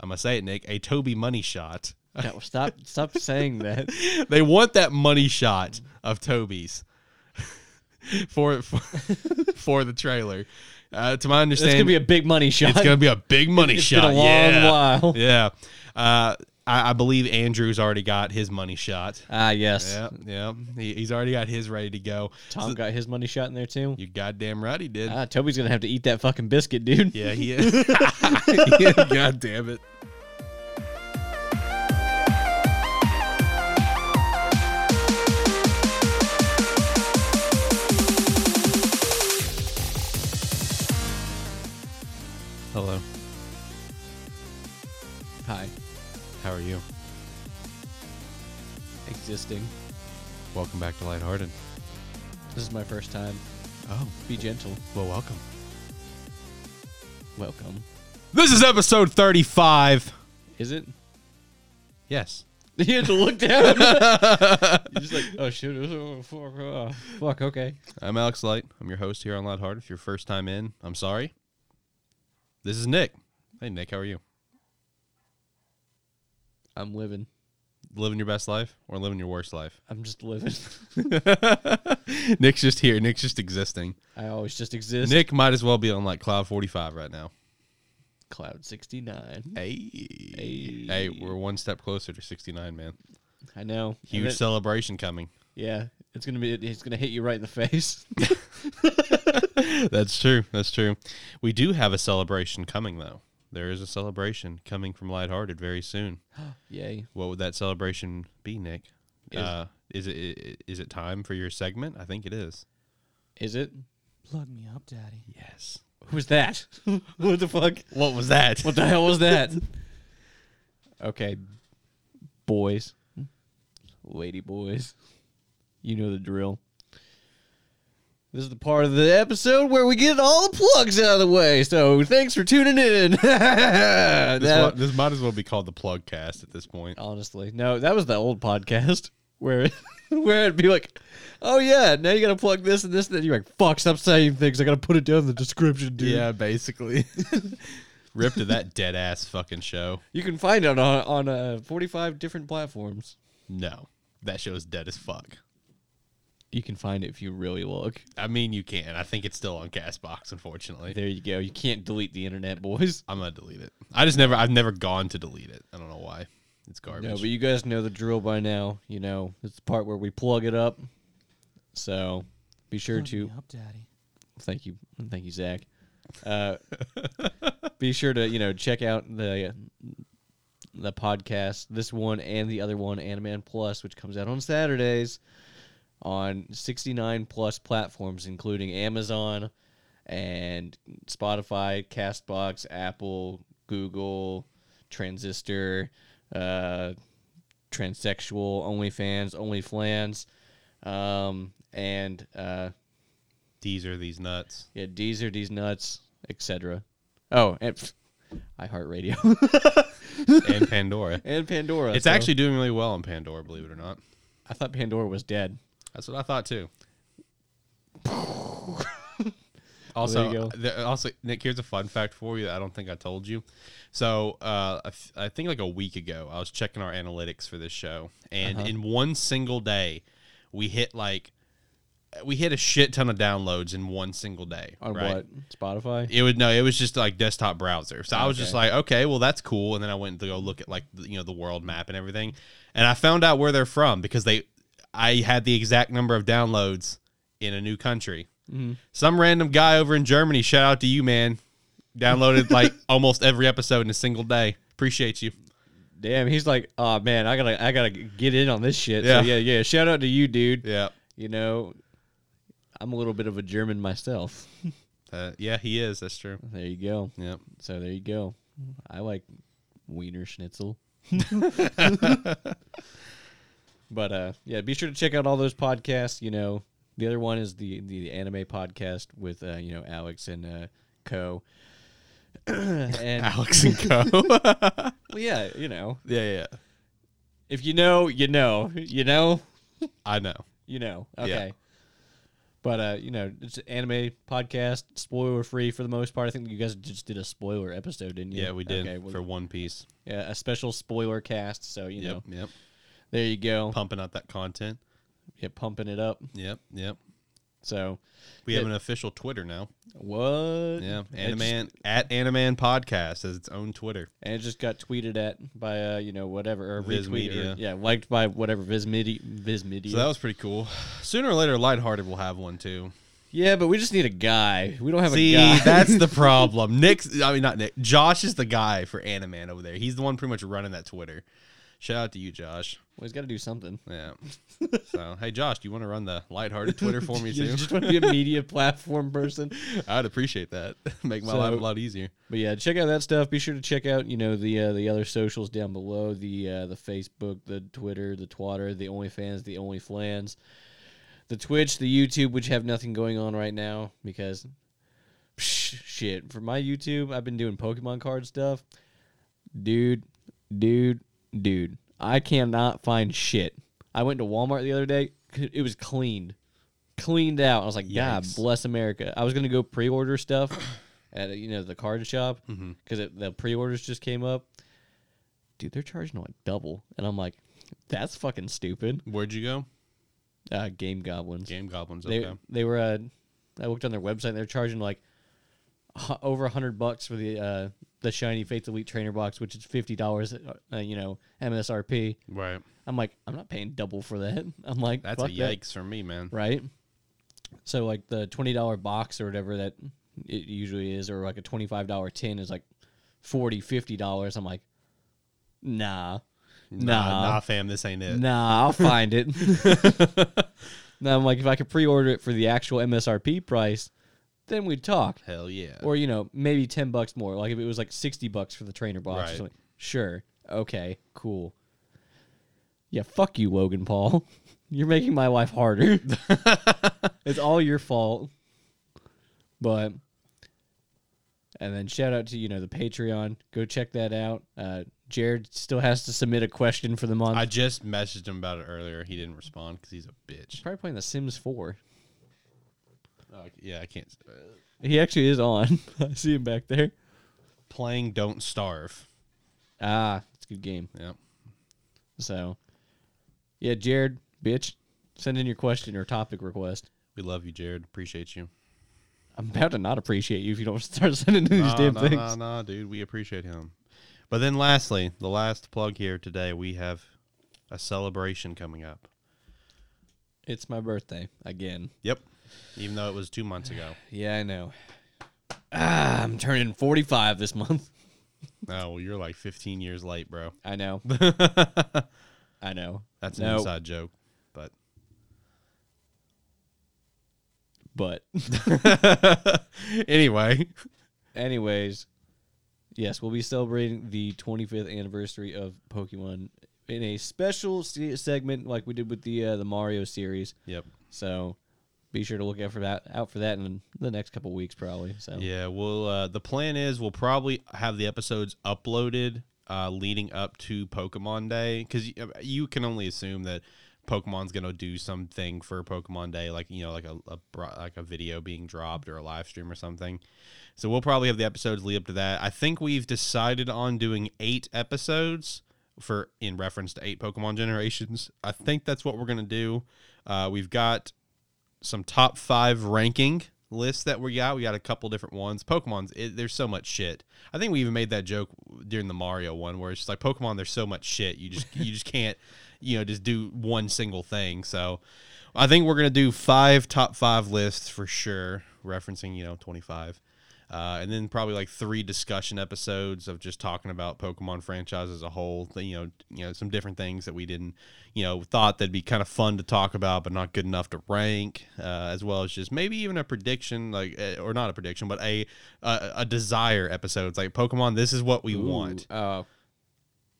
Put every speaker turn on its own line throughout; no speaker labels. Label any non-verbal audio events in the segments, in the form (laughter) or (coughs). I'm gonna say it, Nick. A Toby money shot.
No, stop stop saying that.
they want that money shot of Toby's (laughs) for for, (laughs) for the trailer. Uh, to my
It's
understanding,
gonna be a big money shot.
it's gonna be a
(laughs)
big money
It's been
shot.
a long
yeah.
while.
Yeah. Uh, I, I believe Andrew's already got his money shot.
Ah yes.
Yeah, yeah. He, he's already got his ready to go.
Tom got his money shot in there too.
You goddamn right he did.
Ah, Toby's gonna have to eat that fucking biscuit, dude.
yeah, (laughs) he is. yeah, God damn it. Hello.
Hi.
How are you?
Existing.
Welcome back to Lighthearted.
This is my first time.
Oh,
Be gentle.
well, welcome.
Welcome.
This is episode 35.
Is it? (laughs)
(laughs) Yes.
You had to look
(laughs)
down. You're just like, oh shoot, it was- oh, fuck, oh, fuck, okay.
I'm Alex Light. I'm your host here on Lighthearted. If you're first time in, I'm sorry. This is Nick. Hey, Nick, how are you?
I'm living.
Living your best life or living your worst life? (laughs)
I'm just living. (laughs)
Nick's just here. Nick's just existing.
I always just exist.
Nick might as well be on like Cloud 45 right now.
Cloud 69.
Hey. Hey, we're one step closer to 69, man.
I know. And
Huge
it-
celebration coming.
yeah, it's gonna be. It's gonna hit you right in
(laughs)
the (laughs) face.
That's true. That's true. We do have a celebration coming, though. There is a celebration coming from Lighthearted very soon.
Yay.
What would that celebration be, Nick?
Is-
uh, is it i- is it time for your segment? I think it is.
Is it?
Plug me up, Daddy.
Yes.
Who was that? (laughs) what the fuck?
What was that?
What the hell was that? okay, boys, lady boys, you know the drill. This is the part of the episode where we get all the plugs out of the way. So thanks for tuning in. (laughs) That-
This, wa- this might as well be called the plug cast at this
(laughs)
point.
honestly, no, that was the old podcast where (laughs) where it'd be like, oh yeah, now you gotta plug this and this and that. You're like, fuck, stop saying things. I gotta put it down in the description, dude. (laughs)
basically. Rip to that dead ass fucking show.
You can find it on on uh, 45 different platforms.
No, that show is dead as fuck.
You can find it if you really look.
I mean, you can. I think it's still on Castbox, unfortunately.
There you go. You can't delete the internet, boys.
I'm gonna delete it. I just never. I've never gone to delete it. I don't know why. It's garbage.
No, but you guys know the drill by now. You know, it's the part where we plug it up. So be sure
Plug
to
me up, Daddy.
thank you, thank you, Zach. Uh, (laughs) be sure to you know check out the the podcast, this one and the other one, Animan Plus, which comes out on Saturdays on 69 plus platforms, including Amazon and Spotify, Castbox, Apple, Google, Transistor, uh, Transsexual, OnlyFans, OnlyFlans, um, and uh,
These are these
(laughs)
nuts.
yeah, Deezer, Deez Nuts, etc. Oh, and pff, iHeartRadio (laughs)
and Pandora.
and Pandora.
It's
so-
actually doing really well on Pandora, believe it or not.
I thought Pandora was dead.
That's what I thought too. also,
There you go.
there- also, Nick, here's a fun fact for you that I don't think I told you. So, uh, I th- I think like a week ago, I was checking our analytics for this show, and
Uh-huh.
in one single day, we hit like we hit a shit ton of downloads in one single day.
On
right?
what? Spotify?
It would no, it was just like desktop browser. So I was just
Okay.
like, okay, well that's cool. And then I went to go look at like the- you know the world map and everything, and I found out where they're from because they, I had the exact number of downloads in a new country. Some random guy over in Germany. Shout out to you, man. (laughs) Downloaded like almost every episode in a single day. Appreciate you.
Damn, he's like, oh man, I gotta, I gotta get in on this shit.
Yeah.
So yeah, yeah. Shout out to you, dude.
Yeah,
You know, I'm a little bit of a German myself.
uh, yeah, he is. That's true.
There you go.
Yeah.
So there you go. I like Wiener Schnitzel. (laughs) but uh, yeah, be sure to check out all those podcasts. You know, the other one is the the anime podcast with uh, you know Alex and uh, Co. (clears throat)
(laughs)
and
Alex and (laughs) Co.
well, yeah, you know,
yeah, yeah, yeah.
if you know, you know, you know,
I know.
you know. Okay. But uh, you know, it's an anime podcast, spoiler free for the most part. I think you guys just did a spoiler episode, didn't you?
Yeah, we did
Okay, well,
for One Piece.
yeah, a special spoiler cast. So you know,
Yep, yep.
there you go.
Pumping out that content.
Yeah, pumping it up.
Yep, yep.
So
We
Yeah.
have an official Twitter now.
what?
Yeah,
It just-
Animan at Animan Podcast has its own Twitter.
and it just got tweeted at by uh, you know whatever or
Viz
retweeted,
Media.
or, yeah, liked by whatever Viz Media. Viz Media.
So that was pretty cool. Sooner or later, Lighthearted will have one too.
yeah, but we just need a guy. We don't have
See,
a guy.
that's the problem. Nick's, I mean, not Nick. Josh is the guy for Animan over there. He's the one pretty much running that Twitter. Shout out to you, Josh.
(laughs) well, he's got to do something.
Yeah.
(laughs)
So, hey, Josh, do you want to run the Lighthearted Twitter for me
You
too?
just want to be a media (laughs)
(laughs)
platform person.
I'd appreciate that. (laughs) Make my
So-
life a lot easier.
But yeah, check out that stuff. Be sure to check out you know the uh, the other socials down below the uh, the Facebook, the Twitter, the Twatter, the OnlyFans, the OnlyFlans, the Twitch, the YouTube, which have nothing going on right now because psh, shit. For my YouTube, I've been doing Pokemon card stuff, dude, dude, dude. I cannot find shit. I went to Walmart the other day. c- It was cleaned, cleaned out. I was like, God
Yikes.
bless America. I was gonna go pre-order stuff (coughs) at you know the card shop because the pre-orders just came up. Dude, they're charging like double, and I'm like, that's fucking stupid.
Where'd you go?
Uh, Game Goblins.
Game Goblins.
they
Okay.
they were. Uh, I looked on their website. and They're charging like h- over a hundred bucks for the uh, the shiny Fates Elite Trainer box, which is fifty dollars. Uh, you know MSRP.
right.
I'm like, I'm not paying double for that. (laughs) I'm like,
That's
fuck
a
that
yikes for me, man.
right? So like the twenty dollar box or whatever that it usually is, or like a twenty five dollar tin is like forty, fifty dollars. I'm like, nah,
Nah,
Nah.
nah, fam, this ain't it.
nah, I'll find it. (laughs) now I'm like, if I could pre order it for the actual MSRP price, then we'd talk.
Hell yeah.
Or you know, maybe ten bucks more. Like if it was like sixty bucks for the trainer box or
Right.
something. Sure. Okay. Cool. Yeah, fuck you, Logan Paul. (laughs) You're making my
(laughs)
life harder. it's all your fault. But and then shout out to you know the Patreon. Go check that out. Uh, Jared still has to submit a question for the month.
I just messaged him about it earlier. He didn't respond because he's a bitch.
probably playing The Sims Four.
Oh, yeah, I can't. Uh,
He actually is on. (laughs) I see him back there.
playing Don't Starve.
Ah, it's a good game.
Yep.
So, yeah, Jared, bitch, send in your question or topic request.
We love you, Jared. Appreciate you.
I'm about to not appreciate you if you don't (laughs) start sending in (laughs) these
Nah,
damn
nah,
things.
nah, nah, dude. We appreciate him. But then, lastly, the last plug here today, we have a celebration coming up.
It's my birthday again.
Yep. Even though it was two months
(sighs)
ago.
Yeah, I know. Ah, I'm turning 45 this month. (laughs)
Oh, well, you're like 15 years late, bro.
I know. (laughs) I know.
That's an
no,
inside joke.
(laughs)
But (laughs)
But, (laughs)
anyway, (laughs)
anyways, yes, we'll be celebrating the 25th anniversary of Pokemon in a special se- segment like we did with the uh, the Mario series.
yep.
So be sure to look out for that out for that in the next couple weeks probably. So
Yeah, we'll. Uh, the plan is we'll probably have the episodes uploaded uh, leading up to Pokemon Day because you can only assume that Pokemon's gonna do something for Pokemon Day, like you know, like a, a bro- like a video being dropped or a live stream or something. So we'll probably have the episodes lead up to that. I think we've decided on doing eight episodes for in reference to eight Pokemon generations. I think that's what we're gonna do. Uh, we've got some top five ranking lists that we got. We got a couple different ones. Pokemon's it, there's so much shit. I think we even made that joke during the Mario one where it's just like Pokemon. There's so much shit. You just you just (laughs) can't you know just do one single thing. So I think we're gonna do five top five lists for sure, referencing you know 25. Uh, and then probably like three discussion episodes of just talking about Pokemon franchise as a whole. th- You know, you know some different things that we didn't, you know, thought that'd be kind of fun to talk about, but not good enough to rank. Uh, as well as just maybe even a prediction, like eh, or not a prediction, but a a, a desire episode. It's like Pokemon, this is what we
Ooh,
want.
Oh.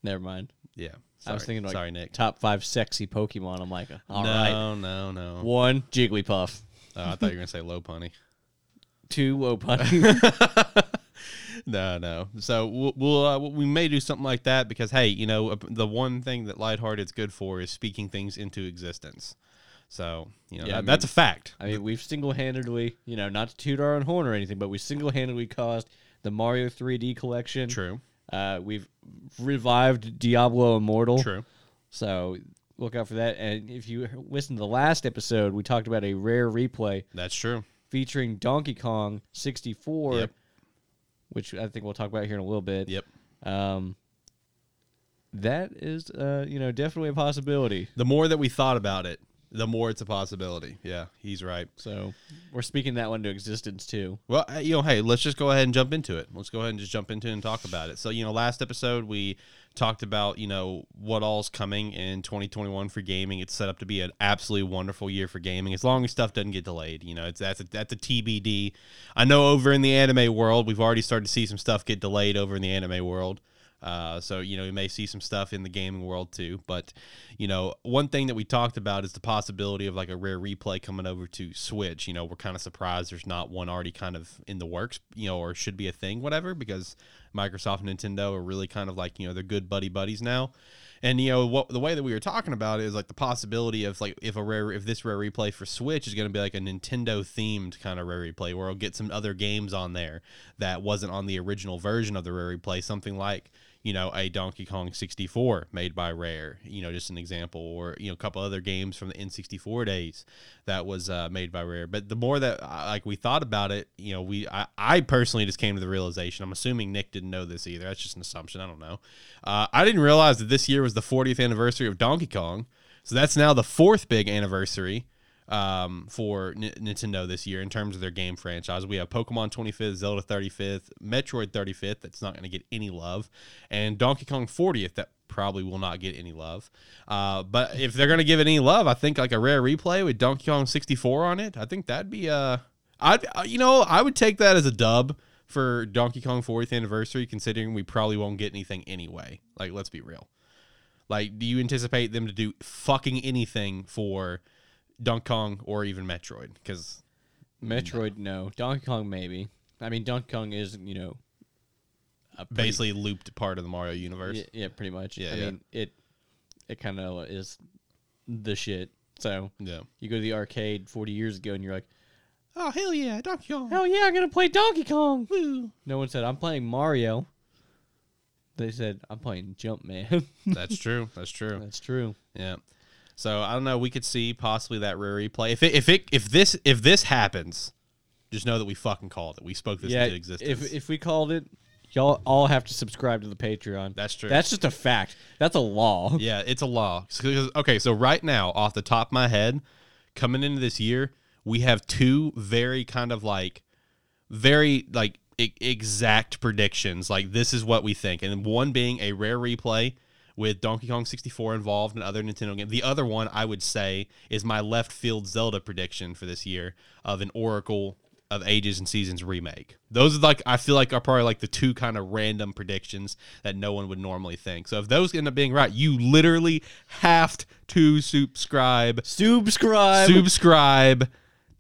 Never mind.
Yeah,
I was
Sorry.
thinking like
sorry, Nick.
top five sexy Pokemon. I'm like, all
no,
right,
no, no,
One Jigglypuff.
Oh, I thought you were gonna say low punny. (laughs)
Two Lopunny.
No, no. So we'll, we'll uh, we may do something like that because hey, you know the one thing that Lighthearted's good for is speaking things into existence. So you know
Yeah,
that-
I mean-
that's a fact.
I mean, we've single handedly, you know, not to toot our own horn or anything, but we single handedly caused the Mario 3D collection.
True.
Uh, we've revived Diablo Immortal.
True.
So look out for that. And if you listen to the last episode, we talked about a rare replay
That's true.
featuring Donkey Kong 64,
Yep.
which I think we'll talk about here in a little bit.
Yep.
Um, that is, uh, you know, definitely a possibility.
The more that we thought about it, the more it's a possibility. Yeah, he's right.
So we're speaking that one to existence too.
Well, uh, you know, hey, let's just go ahead and jump into it. Let's go ahead and just jump into it and talk about it. So, you know, last episode we talked about, you know, what all's coming in 2021 for gaming. It's set up to be an absolutely wonderful year for gaming as long as stuff doesn't get delayed. You know, it's that's a, that's a TBD. I know over in the anime world, we've already started to see some stuff get delayed over in the anime world. Uh, so you know you may see some stuff in the gaming world too, but you know one thing that we talked about is the possibility of like a rare replay coming over to Switch. You know we're kind of surprised there's not one already kind of in the works, you know, or should be a thing, whatever, because Microsoft and Nintendo are really kind of like you know they're good buddy buddies now. And you know what the way that we were talking about it is like the possibility of like if a rare if this rare replay for Switch is going to be like a Nintendo themed kind of rare replay where it'll get some other games on there that wasn't on the original version of the rare replay, something like you know a Donkey Kong 64 made by Rare, you know just an example, or you know a couple other games from the N64 days that was uh, made by Rare. But the more that uh, like we thought about it, you know we I, I personally just came to the realization. I'm assuming Nick didn't know this either. That's just an assumption. I don't know. Uh, I didn't realize that this year was the 40th anniversary of Donkey Kong. So that's now the fourth big anniversary um, for N- Nintendo this year in terms of their game franchise. We have Pokemon 25th, Zelda 35th, Metroid 35th, that's not going to get any love, and Donkey Kong 40th, that probably will not get any love. Uh, but if they're going to give it any love, I think like a rare replay with Donkey Kong 64 on it, I think that'd be Uh, I'd, uh, you know, I would take that as a dub for Donkey Kong 40th anniversary, considering we probably won't get anything anyway. Like, let's be real. Like, do you anticipate them to do fucking anything for Donkey Kong or even Metroid? Because Mm.
Metroid, no. Donkey Kong, maybe. I mean, Donkey Kong is, you know, a pretty-
basically looped part of the Mario universe.
Yeah, yeah, pretty much.
Yeah,
I
yeah.
mean, it it kind of is the shit. So
Yeah.
you go to the arcade 40 years ago and you're like,
Oh hell yeah, Donkey Kong.
"Hell yeah, I'm gonna play Donkey Kong!" No one said I'm playing Mario. They said I'm playing Jumpman.
That's true. That's true.
(laughs) That's true.
Yeah. So I don't know. We could see possibly that rare replay. If it, if it if this if this happens, just know that we fucking called it. We spoke this
yeah,
into existence.
if if we called it, y'all all have to subscribe to the Patreon.
That's true.
That's just a fact. That's a law.
Yeah, it's a law. 'Cause- Okay, so right now, off the top of my head, coming into this year, we have two very kind of like, very like e- exact predictions. Like this is what we think, and one being a rare replay with Donkey Kong 64 involved and other Nintendo game. The other one I would say is my left field Zelda prediction for this year of an Oracle of Ages and Seasons remake. Those are like I feel like are probably like the two kind of random predictions that no one would normally think. So if those end up being right, you literally have to subscribe
Subscribe.
subscribe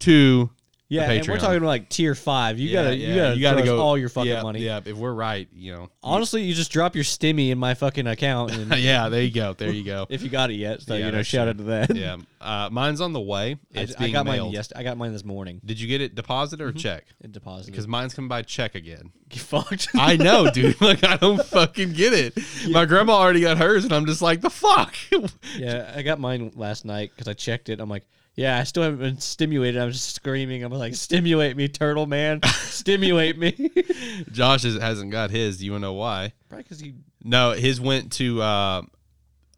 to
yeah,
the
and we're
Patreon.
talking like tier five. You
Yeah,
gotta
yeah,
you gotta throw us all your fucking
yeah,
money.
Yeah, if we're right, you know.
Honestly, you just drop your stimmy in my fucking account, and
(laughs) yeah, there you go. There you go.
if you got it yet, so
Yeah,
you know,
that's
shout
true.
out to
(laughs)
that.
yeah. Uh, mine's on the way.
(laughs) I,
It's
I
being
got
mailed.
mine. Yes, I got mine this morning.
Did you get it deposit or check?
It deposited.
Because mine's coming by check again.
(laughs) you fucked.
Mm-hmm. (laughs)
(laughs)
I know, dude. Like I (laughs) don't fucking get it. My grandma already got hers, and I'm just like, the fuck. (laughs)
yeah, I got mine last night because I checked it. I'm like, yeah, I still haven't been stimulated. I'm just screaming. I'm like, stimulate me,
(laughs)
turtle man, stimulate me. Probably
Josh is, hasn't got his. Do you wanna know why?
because you.
No, his went to uh,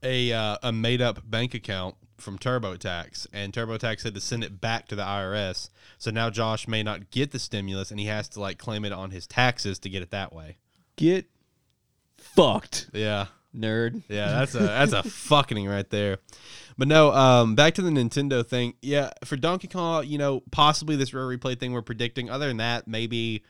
a uh, a made up bank account from TurboTax, and TurboTax had to send it back to the IRS. So now Josh may not get the stimulus, and he has to like claim it on his taxes to get it that way.
Get fucked,
Yeah.
nerd.
(laughs) Yeah, that's a that's a fucking right there. But no, um, back to the Nintendo thing. Yeah, for Donkey Kong, you know, possibly this rare replay thing we're predicting. Other than that, maybe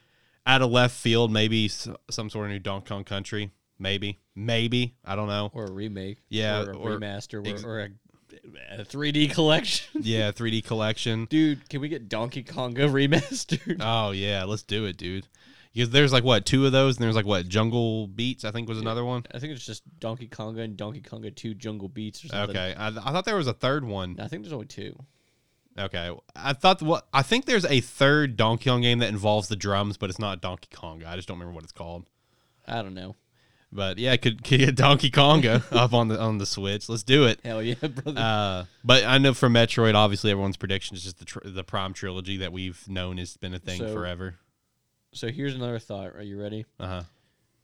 out of left field, maybe s- some sort of new Donkey Kong Country. Maybe, maybe I don't know.
Or a remake.
Yeah,
Or a
or-
remaster.
ex-
Or, or a, a 3D collection. (laughs)
Yeah, 3D collection. Uh,
Dude, can we get Donkey Konga (laughs) remastered?
Oh yeah, let's do it, dude. Because there's like what two of those, and there's like what Jungle Beats I think was another one.
I think it's just Donkey Konga and Donkey Konga Two Jungle Beats or something.
Okay, I, I thought there was a third one.
I think there's only two.
Okay, I thought what I think there's a third Donkey Kong game that involves the drums, but it's not Donkey Kong. I just don't remember what it's called.
I don't know. (laughs)
But yeah, could, (laughs) could get Donkey Konga up on the on the Switch. Let's do it.
Hell yeah, brother.
Uh, but I know for Metroid, obviously everyone's prediction is just the tr- the Prime trilogy that we've known has been a thing
So-
forever.
so here's another thought. Are you ready?
Uh huh.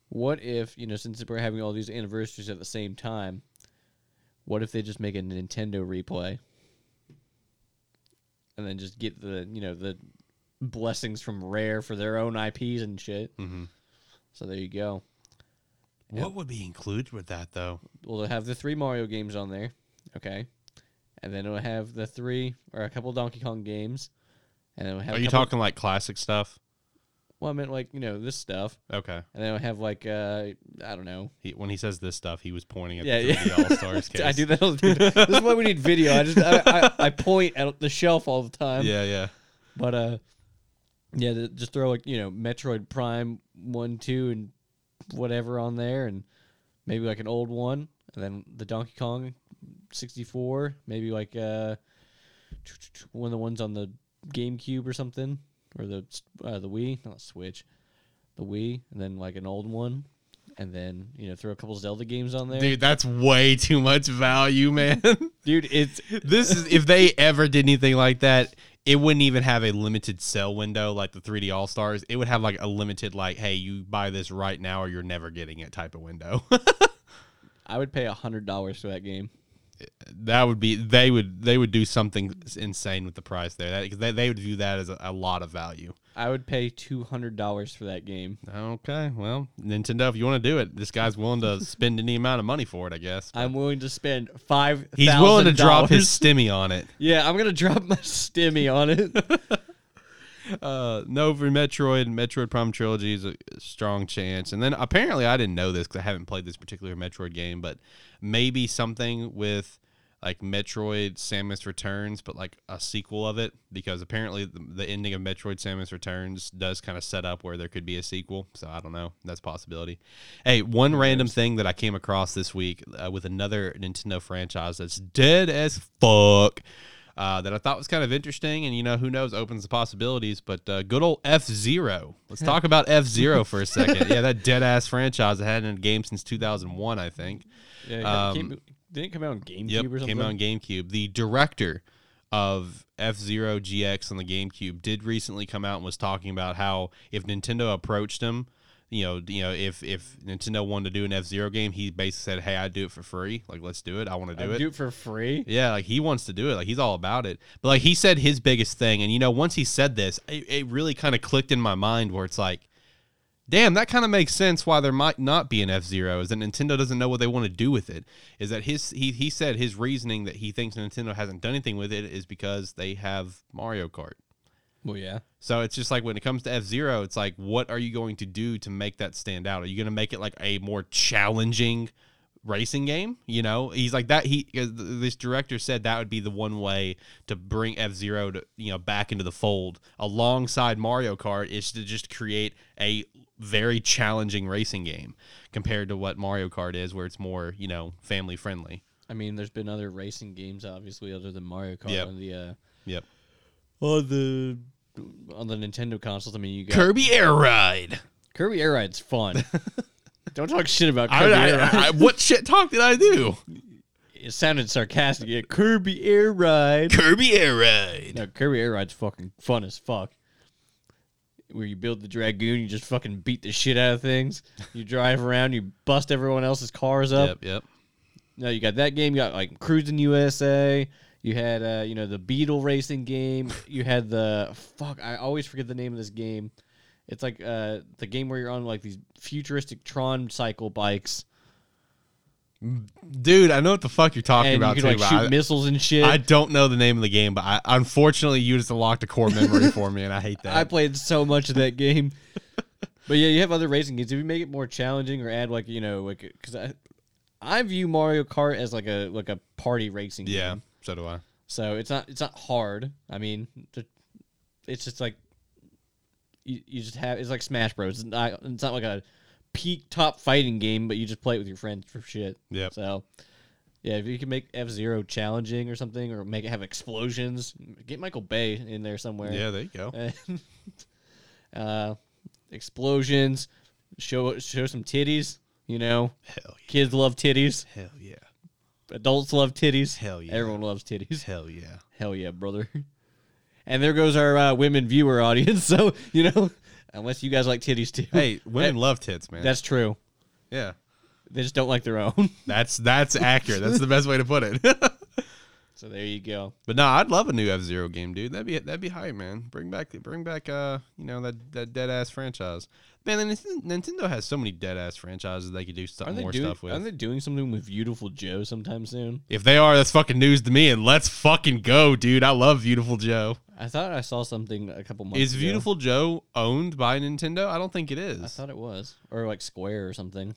What if you know since we're having all these anniversaries at the same time? What if they just make a Nintendo replay, and then just get the you know the blessings from Rare for their own IPs and shit?
Mm-hmm.
So there you go.
What would be included with that though?
Well, it'll have the three Mario games on there, okay, and then it'll have the three or a couple Donkey Kong games, and it'll have.
Are
a
you
couple-
talking like classic stuff?
Well, I meant like you know this stuff,
Okay.
and then it'll have like uh I don't know.
He, when he says this stuff, he was pointing at
Yeah,
the
yeah.
All Stars case.
(laughs) I do that. All the time. this is why we need video. I just I, I, I point at the shelf all the time.
Yeah, yeah.
But uh, yeah, th- just throw like you know Metroid Prime one, two, and whatever on there, and maybe like an old one, and then the Donkey Kong sixty four, maybe like uh one of the ones on the GameCube or something, or the s- uh, the Wii, not Switch, the Wii, and then like an old one, and then you know throw a couple Zelda games on there,
Dude, that's way too much value, man.
(laughs) dude it's
(laughs) this is if they ever did anything like that, it wouldn't even have a limited sell window like the 3D All Stars. It would have like a limited like, hey, you buy this right now or you're never getting it type of window. (laughs)
I would pay a hundred dollars for that game.
that would be they would they would do something insane with the price there. That 'cause they, they would view that as a, a lot of value.
I would pay two hundred dollars for that game.
Okay, well, Nintendo, if you want to do it, this guy's willing to spend any amount of money for it, I guess.
I'm willing to spend five.
He's willing to drop his stimmy on it.
Yeah, I'm gonna drop my stimmy on it.
Uh, no, for Metroid, Metroid Prime Trilogy is a strong chance. And then apparently, I didn't know this because I haven't played this particular Metroid game, but maybe something with like Metroid Samus Returns, but like a sequel of it, because apparently the, the ending of Metroid Samus Returns does kind of set up where there could be a sequel. So I don't know. That's a possibility. Hey, one random thing that I came across this week uh, with another Nintendo franchise that's dead as fuck uh, that I thought was kind of interesting. And, you know, who knows, opens the possibilities. But uh, good old F Zero. Let's talk about F Zero for a second. yeah, that dead ass franchise that had in a game since 2001, I think.
(laughs) yeah, it
Um,
came- didn't it come out on GameCube
Yep,
or something.
came out on GameCube. The director of F Zero GX on the GameCube did recently come out and was talking about how if Nintendo approached him, you know, you know, if if Nintendo wanted to do an F Zero game, he basically said, "Hey, I'd do it for free. Like, let's do it. I want to do
I'd
it."
do it for free.
Yeah, like he wants to do it. Like he's all about it. But like he said his biggest thing, and you know, once he said this, it, it really kind of clicked in my mind where it's like, damn, that kind of makes sense why there might not be an F Zero is that Nintendo doesn't know what they want to do with it. Is that his he he said his reasoning that he thinks Nintendo hasn't done anything with it is because they have Mario Kart.
Well, yeah.
So it's just like when it comes to F Zero, it's like, what are you going to do to make that stand out? Are you going to make it like a more challenging racing game? You know, he's like that. He 'cause th- this director said that would be the one way to bring F Zero to you know back into the fold alongside Mario Kart is to just create a very challenging racing game compared to what Mario Kart is, where it's more you know family friendly.
I mean, there's been other racing games, obviously, other than Mario Kart
Yep.
on the uh,
Yep.
on the on the Nintendo consoles. I mean, you got
Kirby Air Ride.
Kirby Air
(laughs)
Ride's fun. Don't talk shit about
I,
Kirby Air Ride.
I, I, what shit talk did I do?
It sounded sarcastic. Yeah, Kirby Air Ride.
Kirby Air Ride.
No, Kirby Air Ride's fucking fun as fuck. Where you build the dragoon, you just fucking beat the shit out of things.
(laughs)
You drive around, you bust everyone else's cars up.
Yep. Yep.
No, you got that game. You got like Cruising USA. You had uh, you know the Beetle racing game. You had the fuck. I always forget the name of this game. It's like uh, the game where you're on like these futuristic Tron cycle bikes,
Dude, I know what the fuck you're talking
and you
about.
can
Too,
like
but
shoot
I,
missiles and shit.
I don't know the name of the game, but I, unfortunately, you just unlocked a core memory for me, and I hate that.
I played so much of that game. (laughs) but yeah, you have other racing games. If you make it more challenging or add like you know like because I, I view Mario Kart as like a like a party racing.
yeah,
game.
so do I.
So it's not it's not hard. I mean, th- it's just like you, you just have it's like Smash Bros. It's not, it's not like a peak top fighting game, but you just play it with your friends for shit.
Yep.
So yeah, if you can make F Zero challenging or something, or make it have explosions, get Michael Bay in there somewhere.
Yeah, there you go.
And, (laughs) uh, explosions, show show some titties. You know,
Hell yeah.
kids love titties.
Hell yeah.
Adults love titties.
Hell yeah.
Everyone loves titties.
Hell yeah.
Hell yeah, brother. And there goes our uh, women viewer audience. (laughs) So, you know, unless you guys like titties too.
Hey, women love tits, man.
That's true.
yeah.
They just don't like their own. (laughs)
That's that's accurate. That's the best way to put it. (laughs)
so there you go.
but no, I'd love a new F Zero game, dude. That'd be that'd be hype, man. Bring back bring back uh you know that that dead ass franchise. Man, the Ninten- Nintendo has so many dead ass franchises they could do stuff,
Aren't they,
more
doing,
stuff with.
aren't they doing something with Beautiful Joe sometime soon?
if they are, that's fucking news to me. And let's fucking go, dude. I love Beautiful Joe.
I thought I saw something a couple months
Is
ago.
Beautiful Joe owned by Nintendo? I don't think it
I
is.
thought it was. Or like Square or something.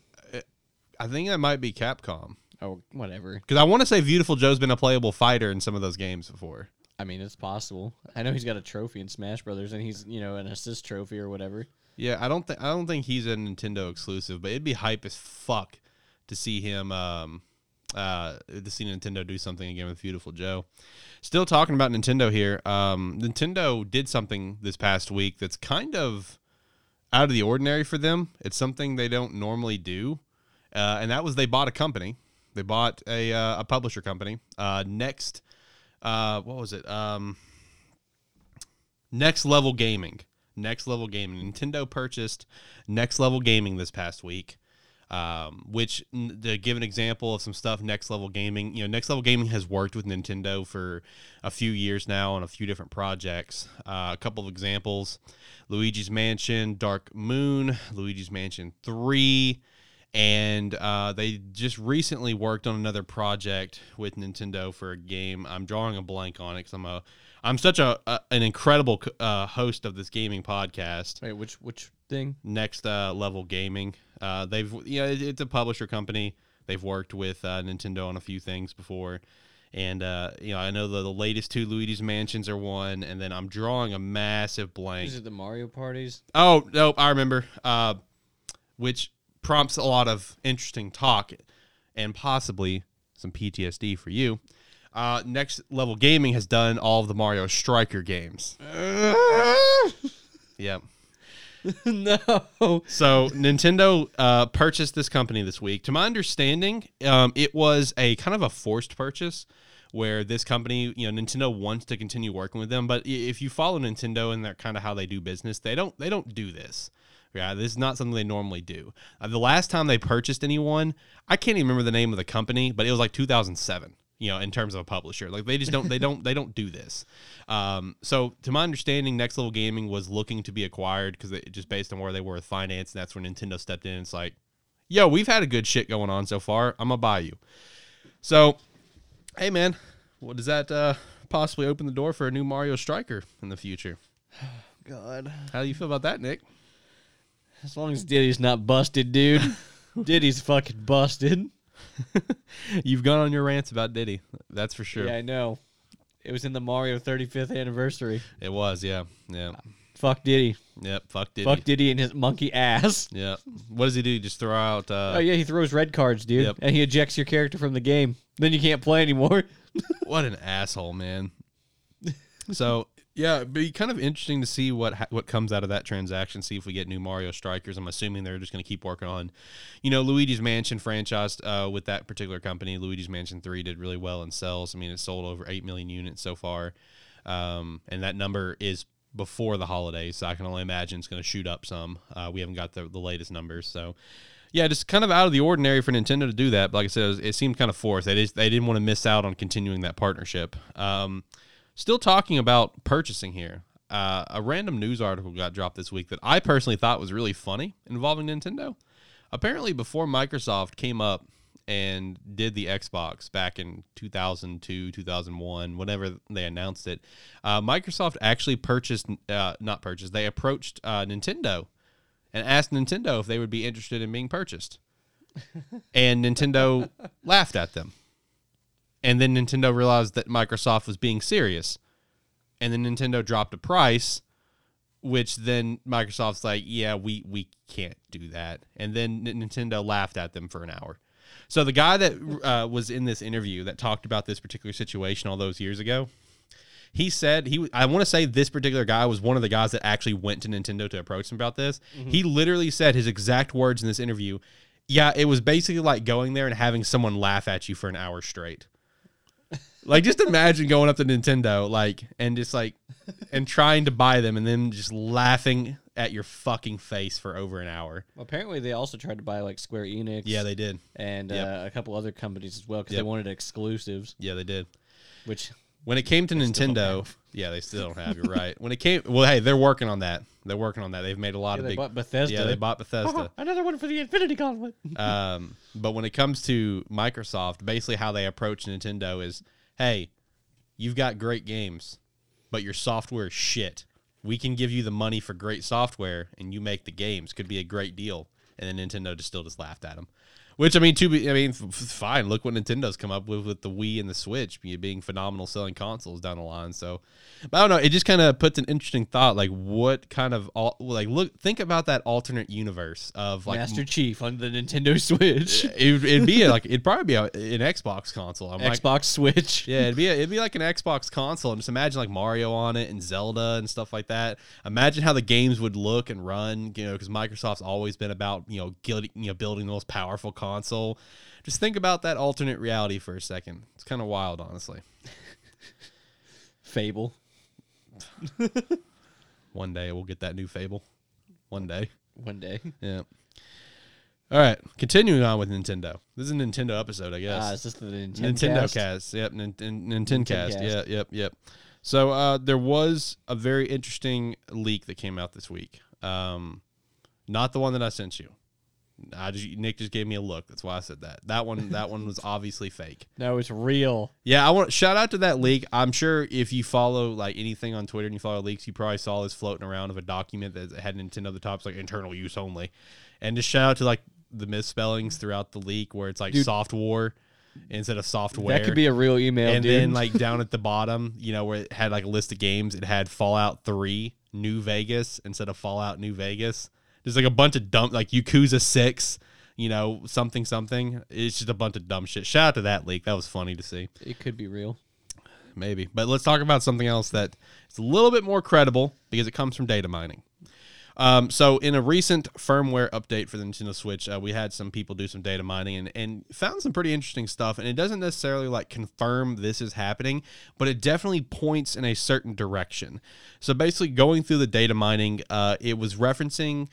I think that might be Capcom.
Oh, whatever.
Because I want to say Beautiful Joe's been a playable fighter in some of those games before.
I mean, it's possible. I know he's got a trophy in Smash Brothers and he's, you know, an assist trophy or whatever.
Yeah, I don't think I don't think he's a Nintendo exclusive, but it'd be hype as fuck to see him um uh to see Nintendo do something again with Beautiful Joe. Still talking about Nintendo here. Um Nintendo did something this past week that's kind of out of the ordinary for them. It's something they don't normally do. Uh, and that was they bought a company. They bought a uh, a publisher company. Uh, next uh what was it? Um Next Level Gaming. Next Level Gaming. Nintendo purchased Next Level Gaming this past week. Um, which n- to give an example of some stuff, Next Level Gaming, you know, Next Level Gaming has worked with Nintendo for a few years now on a few different projects. Uh, a couple of examples: Luigi's Mansion, Dark Moon, Luigi's Mansion Three, and uh, they just recently worked on another project with Nintendo for a game. I'm drawing a blank on it because I'm a I'm such a, a an incredible uh, host of this gaming podcast.
Wait, which which thing?
Next uh, Level Gaming, uh, they've you know it- it's a publisher company. They've worked with uh, Nintendo on a few things before, and uh, you know I know the, the latest two Luigi's Mansions are one, and then I'm drawing a massive blank.
Is it the Mario parties?
Oh nope, I remember. Uh, which prompts a lot of interesting talk and possibly some PTSD for you. Uh, Next Level Gaming has done all of the Mario Striker games. Yep.
(laughs) no.
So Nintendo uh, purchased this company this week. To my understanding, um, it was a kind of a forced purchase where this company, you know, Nintendo wants to continue working with them. But i- if you follow Nintendo and they're kind of how they do business, they don't they don't do this. Yeah, this is not something they normally do. Uh, the last time they purchased anyone, I can't even remember the name of the company, but it was like 2007 you know in terms of a publisher like they just don't they don't they don't do this um, so to my understanding next level gaming was looking to be acquired because just based on where they were with finance that's when nintendo stepped in and it's like yo we've had a good shit going on so far i'm gonna buy you so hey man what does that uh, possibly open the door for a new mario striker in the future
God.
how do you feel about that nick (laughs)
As long as Diddy's not busted, (laughs) dude. Diddy's fucking busted.
you've gone on your rants about diddy that's for sure
Yeah, I know. It was in the Mario 35th anniversary.
it was yeah yeah
Fuck Diddy.
yep fuck diddy
Fuck Diddy and his monkey ass.
yeah what does he do just throw out uh,
Oh yeah, he throws red cards, dude,
Yep.
and he ejects your character from the game. Then you can't play anymore.
what an asshole, man. So yeah, it'd be kind of interesting to see what ha- what comes out of that transaction. See if we get new Mario Strikers. I'm assuming they're just going to keep working on, you know, Luigi's Mansion franchise uh, with that particular company. Luigi's Mansion Three did really well in sales. I mean, it sold over eight million units so far, um, and that number is before the holidays. So I can only imagine it's going to shoot up some. Uh, we haven't got the, the latest numbers, so yeah, just kind of out of the ordinary for Nintendo to do that. But like I said, it, was- it seemed kind of forced. They, just, they didn't want to miss out on continuing that partnership. Um, still talking about purchasing here. Uh, a random news article got dropped this week that I personally thought was really funny involving Nintendo. Apparently, before Microsoft came up and did the Xbox back in 2002, 2001, whenever they announced it, uh, Microsoft actually purchased, uh, not purchased, they approached uh, Nintendo and asked Nintendo if they would be interested in being purchased. and Nintendo laughed at them. And then Nintendo realized that Microsoft was being serious. And then Nintendo dropped a price which then Microsoft's like, yeah, we we can't do that. And then N- Nintendo laughed at them for an hour. So the guy that uh, was in this interview that talked about this particular situation all those years ago, he said he I want to say this particular guy was one of the guys that actually went to Nintendo to approach them about this. He literally said his exact words in this interview. Yeah, it was basically like going there and having someone laugh at you for an hour straight. Like just imagine going up to Nintendo like and just like and trying to buy them and then just laughing at your fucking face for over an hour.
Apparently, they also tried to buy like Square Enix.
Yeah, they did.
and
Yep.
uh, a couple other companies as well because
Yep.
they wanted exclusives.
Yeah, they did.
Which
When it came to Nintendo, yeah, they still don't have. You're right. When it came, well, hey, they're working on that. They're working on that. They've made a lot
yeah,
of
they
big.
bought Bethesda.
yeah, they bought Bethesda.
(laughs) another one for the Infinity Gauntlet.
um, but when it comes to Microsoft, basically how they approach Nintendo is, hey, you've got great games, but your software is shit. We can give you the money for great software, and you make the games. Could be a great deal. And then Nintendo just still just laughed at them. Which I mean, to be, I mean, f- f- fine. Look what Nintendo's come up with with the Wii and the Switch be- being phenomenal selling consoles down the line. So, but I don't know. It just kind of puts an interesting thought, like what kind of all, like look, think about that alternate universe of (laughs) like
Master Chief on the Nintendo (laughs) Switch,
it, it'd be like it'd probably be a, an Xbox console. I'm like,
Xbox Switch.
yeah, it'd be a, it'd be like an Xbox console. And just imagine like Mario on it and Zelda and stuff like that. Imagine how the games would look and run. You know, because Microsoft's always been about you know guilty, you know building the most powerful console. Just think about that alternate reality for a second. It's kind of wild, honestly.
Fable.
One day we'll get that new Fable. One day.
One day.
Yeah. All right, continuing on with Nintendo. This is a Nintendo episode, I guess.
Ah, is this the Nintendo,
Nintendo
cast?
cast. Yep, Nin- Nin- Nintendo cast.
Nintendcast.
Yeah, yep, yep. So uh, there was a very interesting leak that came out this week. Um, not the one that I sent you. I just, Nick just gave me a look. That's why I said that. That one. That one was
(laughs)
obviously fake.
No, it's real.
Yeah, I want shout out to that leak. I'm sure if you follow like anything on Twitter and you follow leaks, you probably saw this floating around of a document that had Nintendo at the top, it's like internal use only, and just shout out to like the misspellings throughout the leak where it's like
Dude.
soft war instead of software.
That could be a real email,
and
dude.
then like down at the bottom, you know, where it had like a list of games, it had Fallout Three, New Vegas instead of Fallout New Vegas. There's like a bunch of dumb like Yakuza Six, you know, something something. It's just a bunch of dumb shit. Shout out to that leak. That was funny to see
it could be real.
maybe. But let's talk about something else that is a little bit more credible because it comes from data mining. Um, so, in a recent firmware update for the Nintendo Switch, uh, we had some people do some data mining and, and found some pretty interesting stuff. And it doesn't necessarily like confirm this is happening, but it definitely points in a certain direction. So, basically, going through the data mining, uh, it was referencing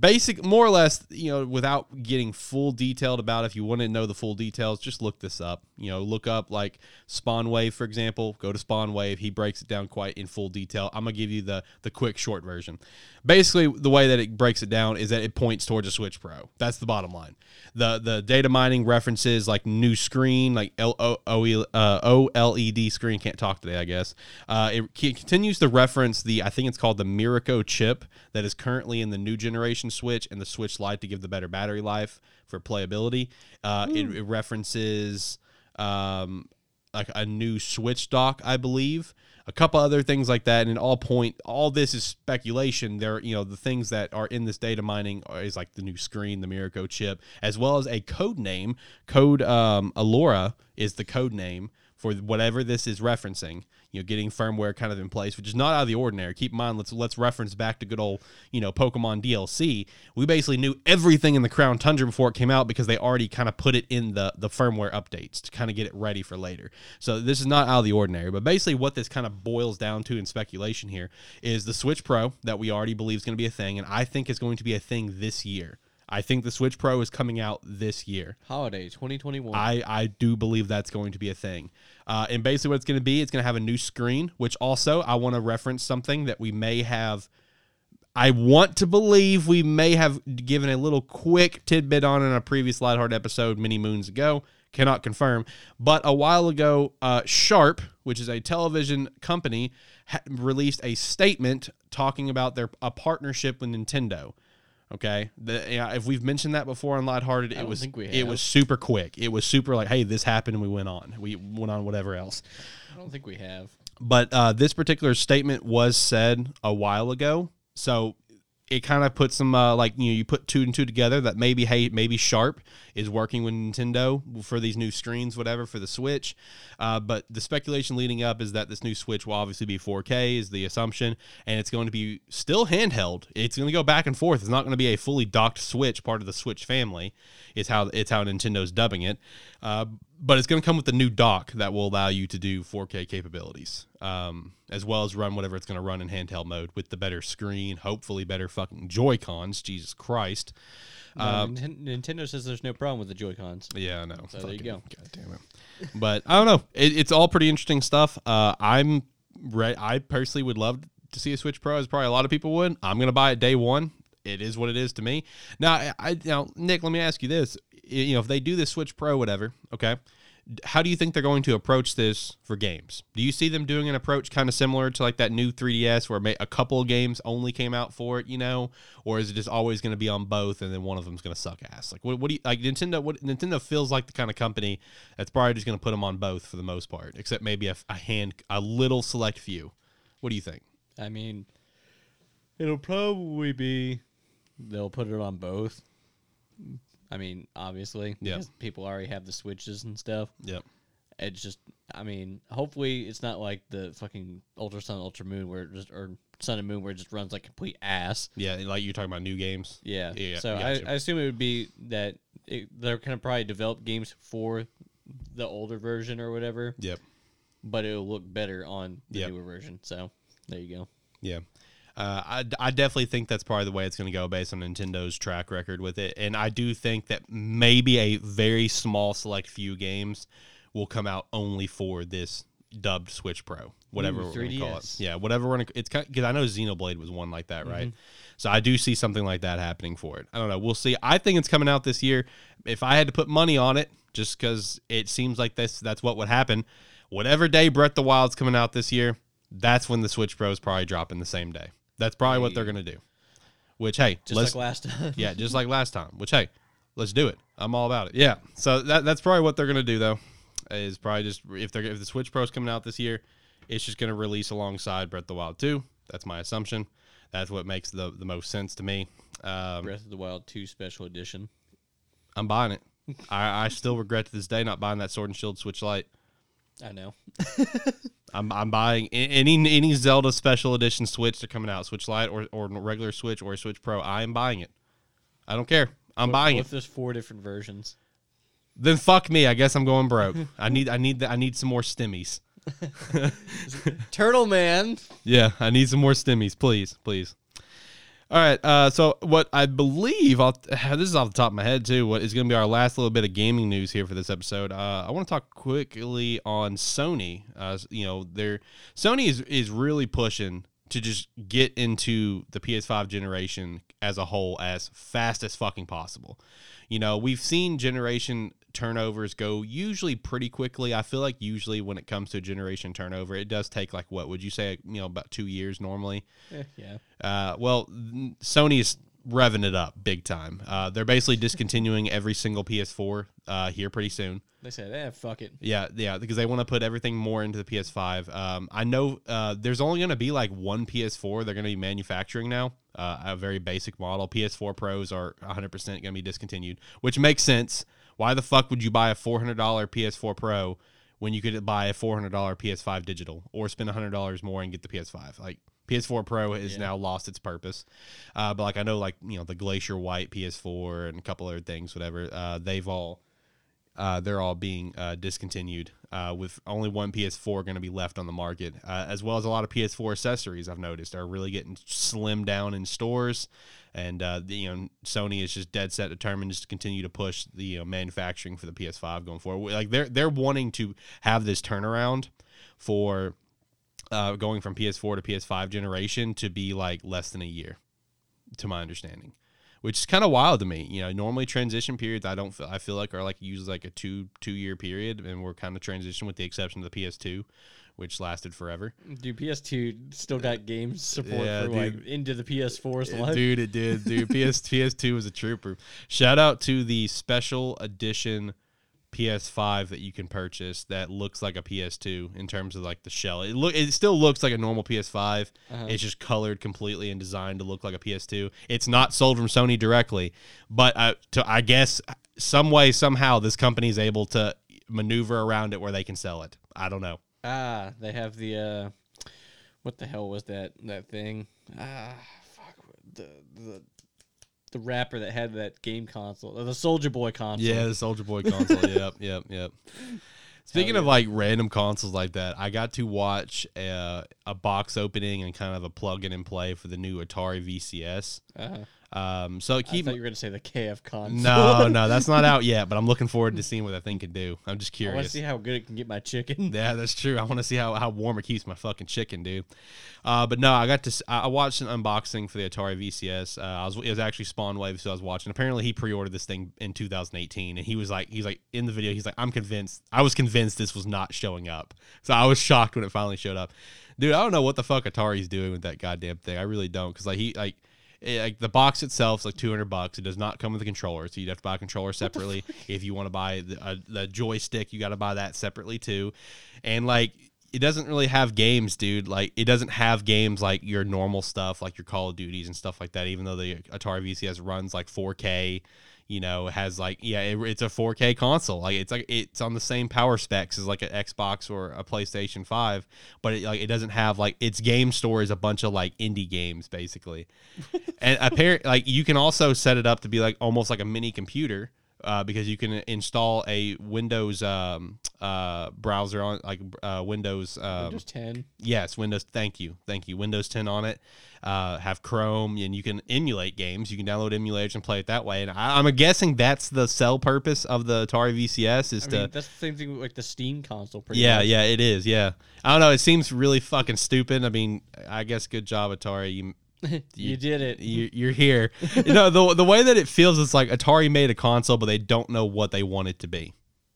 basic more or less you know without getting full detailed about it, if you want to know the full details just look this up you know look up like spawn wave for example go to spawn wave he breaks it down quite in full detail i'm gonna give you the the quick short version basically the way that it breaks it down is that it points towards a switch pro that's the bottom line the the data mining references like new screen like L- O- O- E- uh, oled screen can't talk today i guess uh, it c- continues to reference the i think it's called the mirico chip that is currently in the new generation switch and the switch lite to give the better battery life for playability uh, it, it references um, like a new switch dock i believe a couple other things like that and in all point all this is speculation there you know the things that are in this data mining are- is like the new screen the miraco chip as well as a code name code um, alora is the code name for whatever this is referencing you know getting firmware kind of in place which is not out of the ordinary keep in mind let's let's reference back to good old you know pokemon dlc we basically knew everything in the crown tundra before it came out because they already kind of put it in the the firmware updates to kind of get it ready for later so this is not out of the ordinary but basically what this kind of boils down to in speculation here is the switch pro that we already believe is going to be a thing and i think is going to be a thing this year i think the switch pro is coming out this year
Holiday 2021.
I, I do believe that's going to be a thing. Uh, and basically, what it's going to be, it's going to have a new screen, which also I want to reference something that we may have. I want to believe we may have given a little quick tidbit on in a previous Lightheart episode many moons ago. Cannot confirm. But a while ago, uh, Sharp, which is a television company, ha- released a statement talking about their a partnership with Nintendo. Okay, the, yeah, if we've mentioned that before on Lighthearted, it
don't
was
think we
it
have.
was super quick. It was super like, hey, this happened and we went on. We went on whatever else.
I don't think we have.
But uh, this particular statement was said a while ago, So it kind of puts some uh, like you know you put two and two together that maybe hey maybe Sharp is working with Nintendo for these new screens whatever for the Switch, uh, but the speculation leading up is that this new Switch will obviously be 4K is the assumption and it's going to be still handheld. It's going to go back and forth. It's not going to be a fully docked Switch part of the Switch family, is how it's how Nintendo's dubbing it. Uh, but it's going to come with a new dock that will allow you to do 4K capabilities, um, as well as run whatever it's going to run in handheld mode with the better screen, hopefully better fucking Joy Cons. Jesus Christ!
Uh, Ninten- Nintendo says there's no problem with the Joy Cons.
Yeah, I know.
So there you
Fucking-
go.
God damn it. But I don't know. It, it's all pretty interesting stuff. Uh, I'm re- I personally would love to see a Switch Pro, as probably a lot of people would. I'm gonna buy it day one. It is what it is to me. Now, I, I now Nick, let me ask you this: Y- you know, if they do this Switch Pro, whatever, okay, d- how do you think they're going to approach this for games? Do you see them doing an approach kind of similar to like that new 3DS, where ma- a couple of games only came out for it, you know, or is it just always going to be on both, and then one of them's going to suck ass? Like, what, what do you like? Nintendo, what Nintendo feels like the kind of company that's probably just going to put them on both for the most part, except maybe a, f- a hand, a little select few. What do you think?
I mean, it'll probably be they'll put it on both. I mean, obviously,
Yeah.
because people already have the switches and stuff.
Yep.
It's just, I mean, hopefully it's not like the fucking Ultra Sun, Ultra Moon, where it just or Sun and Moon, where it just runs like complete ass.
Yeah, like you're talking about new games.
Yeah.
Yeah,
so I,
gotcha.
I assume it would be that it, they're gonna probably develop games for the older version or whatever,
Yep.
but it'll look better on the
Yep.
newer version. So there you go.
Yeah. Uh, I, I definitely think that's probably the way it's going to go based on Nintendo's track record with it. And I do think that maybe a very small select few games will come out only for this dubbed Switch Pro, whatever
Ooh,
we're going to call it.
3DS.
Yeah, whatever we're going to. It's kind because I know Xenoblade was one like that, right?
Mm-hmm.
So I do see something like that happening for it. I don't know. We'll see. I think it's coming out this year. If I had to put money on it, just because it seems like this, that's what would happen. Whatever day Breath of the Wild's coming out this year, that's when the Switch Pro is probably dropping the same day. That's probably what they're gonna do. Which hey,
Just
let's
like last (laughs) time.
yeah, just like last time. Which hey, let's do it. I'm all about it. Yeah. So that that's probably what they're gonna do though. Is probably just if they're if the Switch Pro's coming out this year, it's just gonna release alongside Breath of the Wild 2. That's my assumption. That's what makes the the most sense to me. Um,
Breath of the Wild 2 Special Edition.
I'm buying it. I, I still regret to this day not buying that Sword and Shield Switch Lite.
I (laughs) know.
I'm, I'm buying a- any any Zelda special edition Switch that coming out, Switch Lite or or regular Switch or Switch Pro. I am buying it. I don't care. I'm buying
What
it.
if there's four different versions?
then fuck me. I guess I'm going broke. I need I need the, I need some more stimmies.
Turtle Man.
Yeah, I need some more stimmies, please, please. All right. Uh, so what I believe off, (sighs) this is off the top of my head too. What is going to be our last little bit of gaming news here for this episode? Uh, I want to talk quickly on Sony. Uh, you know, they're Sony is is really pushing to just get into the PS5 generation as a whole as fast as fucking possible. You know, we've seen generation turnovers go usually pretty quickly. I feel like usually when it comes to generation turnover, it does take like what would you say, you know, about two years normally.
Eh, yeah.
Uh, well, n- Sony's revving it up big time. Uh, they're basically discontinuing every single PS4 uh, here pretty soon.
They said, eh, fuck it.
Yeah, yeah, because they want to put everything more into the PS5. Um, I know uh, there's only going to be like one PS4 they're going to be manufacturing now, uh, a very basic model. PS4 Pros are 100% going to be discontinued, which makes sense. Why the fuck would you buy a $400 PS4 Pro when you could buy a $400 PS5 digital or spend $100 more and get the PS5? Like, PS4 Pro has now lost its purpose. Uh, but like, I know, like, you know, the Glacier White PS4 and a couple other things, whatever, uh, they've all uh, they're all being uh, discontinued, uh, with only one PS4 going to be left on the market, uh, as well as a lot of PS4 accessories. I've noticed are really getting slimmed down in stores, and uh, the, you know Sony is just dead set determined just to continue to push the you know, manufacturing for the PS5 going forward. Like they're they're wanting to have this turnaround for uh, going from PS4 to PS5 generation to be like less than a year, to my understanding, which is kind of wild to me. You know, normally transition periods I don't feel I feel like are like usually like a two two year period, and we're kind of transitioned with the exception of the PS2, which lasted forever.
Dude, PS2 still got game support
Yeah,
for
dude.
like into the PS4's life.
Dude, it
(laughs)
did. Dude, PS PS2 was a trooper. Shout out to the special edition PS5 that you can purchase that looks like a PS2 in terms of like the shell. It look it still looks like a normal PS5.
Uh-huh.
It's just colored completely and designed to look like a PS2. It's not sold from Sony directly, but I, to I guess some way somehow this company is able to maneuver around it where they can sell it. I don't know.
Ah, they have the uh, what the hell was that that thing? Ah, fuck the the the rapper that had that game console, uh, the Soldier Boy console.
Yeah, the Soldier Boy
(laughs)
console. yep, yep, yep. Speaking of like random consoles like that, I got to watch a, a box opening and kind of a plug in and play for the new Atari VCS.
Uh,
Um, so
I
keep
thought you were gonna say the KF console. (laughs)
no, no, that's not out yet, but I'm looking forward to seeing what that thing can do. I'm just
I want to
curious.
see how good it can get my (laughs) chicken.
(laughs) Yeah, that's true. I want to see how, how warm it keeps my fucking chicken, dude. Uh, but no, I got to s- I I watched an unboxing for the Atari VCS. Uh, I was it was actually Spawn Wave, so I was watching. Apparently, he pre-ordered this thing in 2018, and he was like, he's like in the video, he's like, I'm convinced. I was convinced this was not showing up, so I was (laughs) shocked when it finally showed up. Dude, I don't know what the fuck Atari's doing with that goddamn thing. I really don't, because like he like. It, eh, like the box itself is like 200 bucks. It does not come with a controller, so you'd have to buy a controller separately. If you want to buy the, a, the joystick, you got to buy that separately too. And like it doesn't really have games, dude. Like it doesn't have games like your normal stuff, like your Call of Duties and stuff like that. Even though the Atari VCS runs like 4K, you know, it has like yeah, it, it's a 4K console. Like it's like it's on the same power specs as like an Xbox or a PlayStation 5, but it, like it doesn't have like its game store is a bunch of like indie games basically and apparently like you can also set it up to be like almost like a mini computer uh, because you can install a Windows um, uh, browser on like uh, Windows, um,
Just ten.
yes Windows thank you thank you Windows 10 on it uh, have Chrome and you can emulate games you can download emulators and play it that way and I, I'm guessing that's the sell purpose of the Atari VCS is
I
to
mean, that's the same thing with like the Steam console. Pretty
uh, yeah,
much.
yeah, it is. Yeah, I don't know. It seems really fucking stupid. I mean, I guess good job, Atari. You
you did it.
you, you're here. (laughs) you know, the, the way that it feels is like Atari made a console, but they don't know what they want it to be.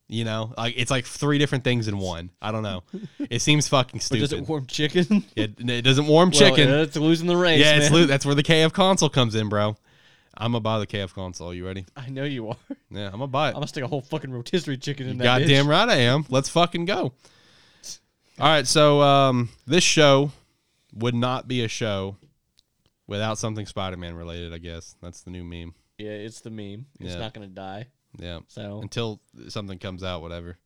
You know, like it's like three different things in one. I don't
(laughs)
know. It seems fucking
but
stupid.
does it warm chicken?
it, it doesn't warm
(laughs) Well,
chicken.
it's losing the race.
yeah, it's
man.
lo- that's where the KF console comes in, bro. I'm gonna buy the KF console. You ready?
(laughs) I know you are. I'm
Yeah, I'm gonna buy it.
gonna stick a whole fucking rotisserie chicken in that.
Goddamn
bitch.
right I am. Let's fucking go. All right, so um, this show would not be a show without something Spider-Man related. I guess that's the new meme.
Yeah, it's the meme. It's
Yeah.
not gonna die.
Yeah.
So
Until something comes out, whatever.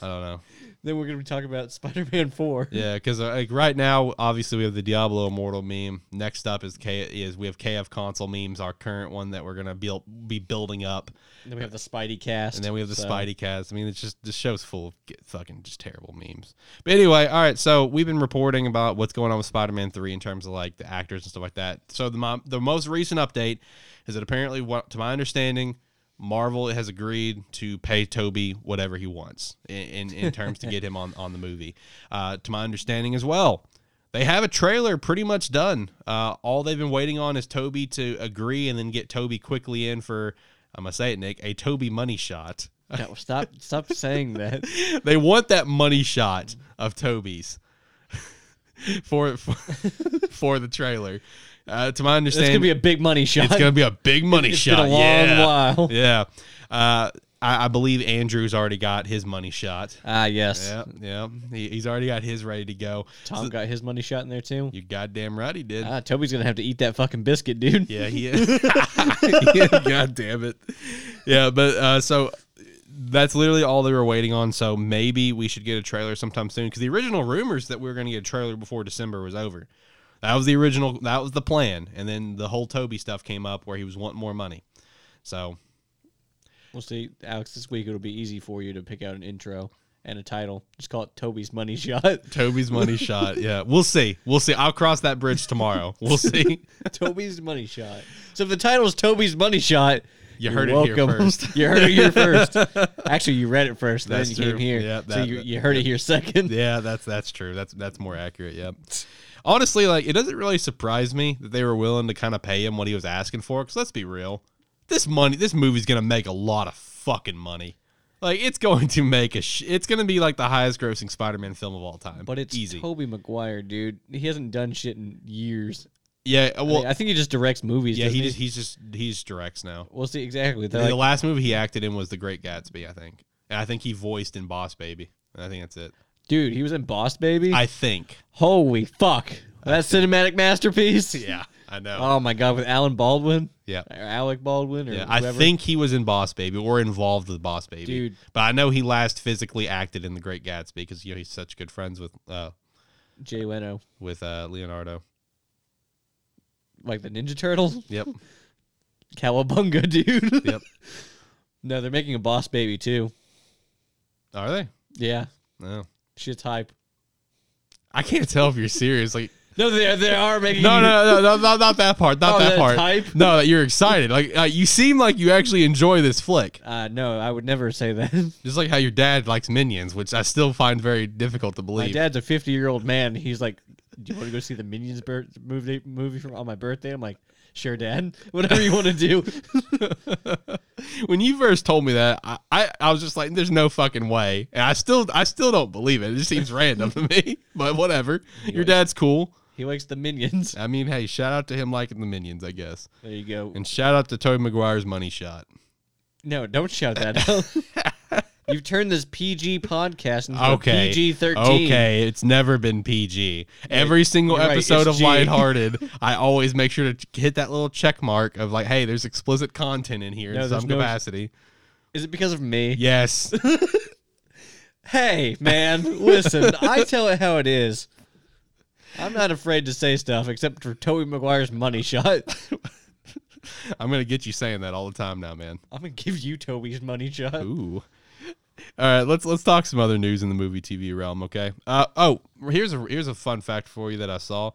I don't know.
then we're gonna be talking about Spider-Man (laughs) Four.
Yeah, because like right now, obviously we have the Diablo Immortal meme. Next up is K is we have KF console memes, our current one that we're gonna build be building up,
And then we have the Spidey cast.
and then we have the
so-
Spidey cast. I mean, it's just this show's full of g- fucking just terrible memes. But anyway, all right. So we've been reporting about what's going on with Spider Man Three in terms of like the actors and stuff like that. So the mo- the most recent update is that apparently, what, to my understanding, Marvel has agreed to pay Toby whatever he wants in in, in terms to get him on on the movie. Uh, to my understanding as well, they have a trailer pretty much done. Uh, all they've been waiting on is Toby to agree and then get Toby quickly in for. I'm gonna say it, Nick. A Toby money shot.
(laughs) No, stop! Stop
(laughs)
saying that.
they want that money shot of Toby's (laughs) for for, (laughs) for the trailer. Uh, to my
It's gonna
understanding,
be a big money shot.
it's gonna be a big money
It's been
shot.
a long
yeah.
while.
Yeah. Uh, I, I believe Andrew's already got his money shot.
Ah, yes.
Yeah, yeah. He, he's already got his ready to go.
Tom got his money shot in there too.
You goddamn right he did.
Ah, Toby's gonna have to eat that fucking biscuit, dude.
Yeah, (laughs) he is. yeah, God damn it. Yeah, but uh, so that's literally all they were waiting on. So maybe we should get a trailer sometime soon because the original rumors that we were going to get a trailer before December was over. That was the original. That was the plan, and then the whole Toby stuff came up where he was wanting more money. So
We'll see, Alex. This week it'll be easy for you to pick out an intro and a title. Just call it Toby's
(laughs)
money shot.
Toby's money shot. Yeah, we'll see. We'll see. I'll cross that bridge tomorrow. We'll (laughs) see.
Toby's money shot. So if the title's Toby's money shot,
You
you're
heard it here
welcome.
first.
(laughs) you heard it here
(laughs)
first. Actually, you read it first,
That's
then you
true.
came here.
Yeah,
so
that-
you, you heard it here second.
Yeah, that's that's true. That's that's more accurate. Yep. Honestly, like it doesn't really surprise me that they were willing to kind of pay him what he was asking for. Because let's be real, this money, this movie's gonna make a lot of fucking money. Like it's going to make a, sh- it's gonna be like the highest grossing Spider-Man film of all time.
But it's
easy.
Toby Maguire, dude. He hasn't done shit in years.
Yeah, uh,
I,
well,
mean, I think he just directs movies.
yeah,
doesn't
he just he's just he's directs now.
Well, see, exactly. They're
the
like-
last movie he acted in was The Great Gatsby, I think, and I think he voiced in Boss Baby. And I think that's it.
dude, he was in Boss Baby.
I think. (laughs)
Holy fuck, that cinematic masterpiece.
Yeah, I know.
Oh my god, with Alan Baldwin.
Yeah.
Or Alec Baldwin. Or
Yeah, I
whoever.
think he was in Boss Baby or involved with Boss Baby.
Dude.
But I know he last physically acted in The Great Gatsby because you know he's such good friends with uh
Jay Leno,
with uh Leonardo.
like the Ninja Turtle. (laughs)
Yep.
Cowabunga, dude.
Yep.
(laughs) no, they're making a Boss Baby too.
(laughs) Are they?
Yeah,
No.
shit's hype.
I can't tell if you're serious. Like
No, they they are
(laughs)
making.
no,
(laughs)
no, no, no, no, not that part. Not
Oh,
that
the
part.
type?
(laughs) No, that you're excited. Like uh, you seem like you actually enjoy this flick.
Uh, no, I would never say that. (laughs)
Just like how your dad likes Minions, which I still find very difficult to
My
believe.
dad's a 50 year old man. He's like, Do you want to go see the Minions bir- movie, movie from on my birthday? I'm like, Sure, dad. (laughs) Whatever you want to do. (laughs)
(laughs) when you first told me that, I, I, I was just like, "There's no fucking way," and I still I still don't believe it. It just seems random to me, (laughs) but whatever. Your dad's cool.
he likes the Minions.
I mean, hey, shout out to him liking the minions, I guess,
There you go.
and shout out to Tobey Maguire's money shot.
No, don't shout that
(laughs)
out. You've turned this PG podcast into
Okay,
a PG 13.
Okay, it's never been PG. Every single
you're right,
episode
it's
of
G. (laughs)
Lighthearted, I always make sure to hit that little check mark of like, "Hey, there's explicit content in here
No,
in
there's
some
no-
capacity."
Is it because of me?
Yes, (laughs)
Hey, man, listen,
(laughs)
I tell it how it is. I'm not afraid to say stuff except for Toby Maguire's money shot.
I'm gonna get you saying that all the time now, man.
I'm going to give you Toby's money shot.
Ooh. All right, let's let's talk some other news in the movie TV realm, okay? Uh, oh, here's a here's a fun fact for you that I saw,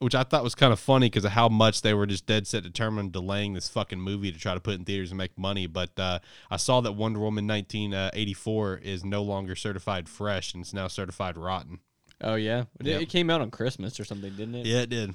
which I thought was kind of funny because of how much they were just dead set determined delaying this fucking movie to try to put in theaters and make money. But uh, I saw that Wonder Woman 1984 is no longer certified fresh and it's now certified rotten.
Oh, yeah. It,
Yep.
it came out on Christmas or something, didn't it?
Yeah, it did.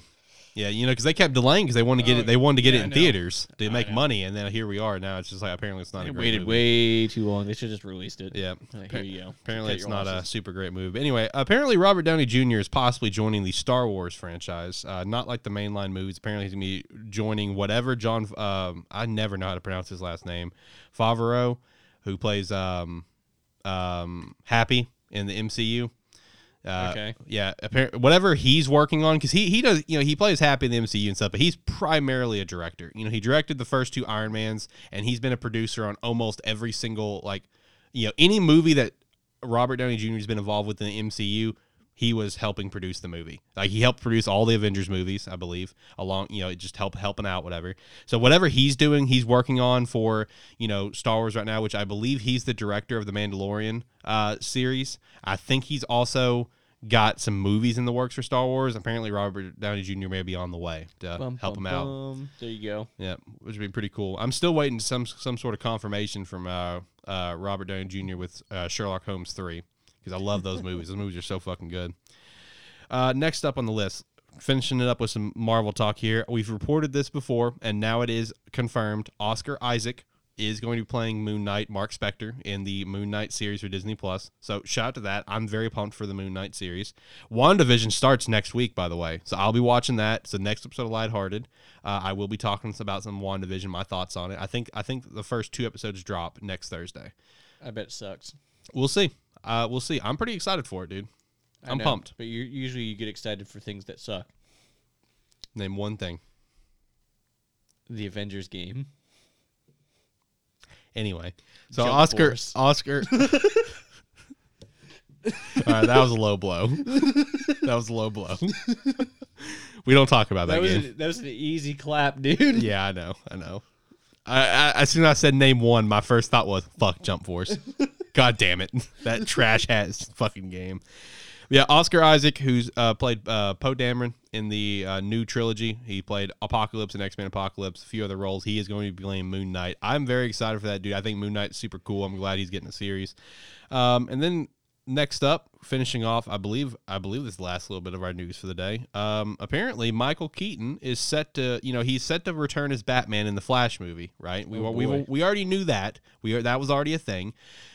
Yeah, you know, because they kept delaying because they wanted to get
Oh,
it. They wanted to get
yeah,
it
I
in
know. Oh,
theaters to make money, and then here we are now. It's just like apparently it's not
They
a great
waited
movie.
way too long. They should have just released it.
Yeah.
Like, here you go.
Apparently,
Cut
it's
your
not a
losses.
super great move. But anyway, apparently Robert Downey Jr. is possibly joining the Star Wars franchise. Uh, not like the mainline movies. Apparently, he's going to be joining whatever John. Um, I never know how to pronounce his last name. Favreau, who plays um, um, Happy in the MCU. Uh,
Okay.
Yeah. Appar- whatever he's working on, because he he does you know he plays Happy in the MCU and stuff, but he's primarily a director. You know, he directed the first two Iron Mans, and he's been a producer on almost every single like you know any movie that Robert Downey Jr. has been involved with in the MCU. He was helping produce the movie. Like he helped produce all the Avengers movies, I believe. Along, you know, just help helping out, whatever. So whatever he's doing, he's working on for you know Star Wars right now, which I believe he's the director of the Mandalorian uh, series. I think he's also got some movies in the works for Star Wars. Apparently, Robert Downey Jr. may be on the way to
Bum,
uh, help him
bum,
out.
bum. There you go.
Yeah, which would be pretty cool. I'm still waiting some some sort of confirmation from uh, uh, Robert Downey Jr. with uh, Sherlock Holmes three because I love those movies. Those movies are so fucking good. Uh, next up on the list, finishing it up with some Marvel talk here. We've reported this before, and now it is confirmed. Oscar Isaac is going to be playing Moon Knight, Mark Spector, in the Moon Knight series for Disney Plus. So shout out to that. I'm very pumped for the Moon Knight series. WandaVision starts next week, by the way. So I'll be watching that. It's the next episode of Lighthearted. Uh, I will be talking about some WandaVision, my thoughts on it. I think I think the first two episodes drop next Thursday.
I bet it sucks.
We'll see. Uh, we'll see. I'm pretty excited for it, dude.
I
I'm
know,
pumped.
But you, usually you get excited for things that suck.
Name one thing.
The Avengers game.
Anyway, so
Jump
Oscar,
Force. (laughs)
Oscar. All right, that was a low blow. (laughs) That was a low blow. we don't talk about that,
That was,
game.
an, that was an easy clap, dude. (laughs)
Yeah, I know. I know. I, I, as soon as I said name one, my first thought was fuck Jump Force. God damn it, (laughs) that trash hat fucking game. Yeah, Oscar Isaac, who's uh, played uh, Poe Dameron in the uh, new trilogy. He played Apocalypse and X Men Apocalypse, a few other roles. He is going to be playing Moon Knight. I'm very excited for that dude. I think Moon Knight's super cool. I'm glad he's getting a series. Um, and then next up, finishing off, I believe I believe this is the last little bit of our news for the day. Um, apparently, Michael Keaton is set to you know he's set to return as Batman in the Flash movie, right? We
Oh,
we,
boy.
we we already knew that we are, that was already a thing,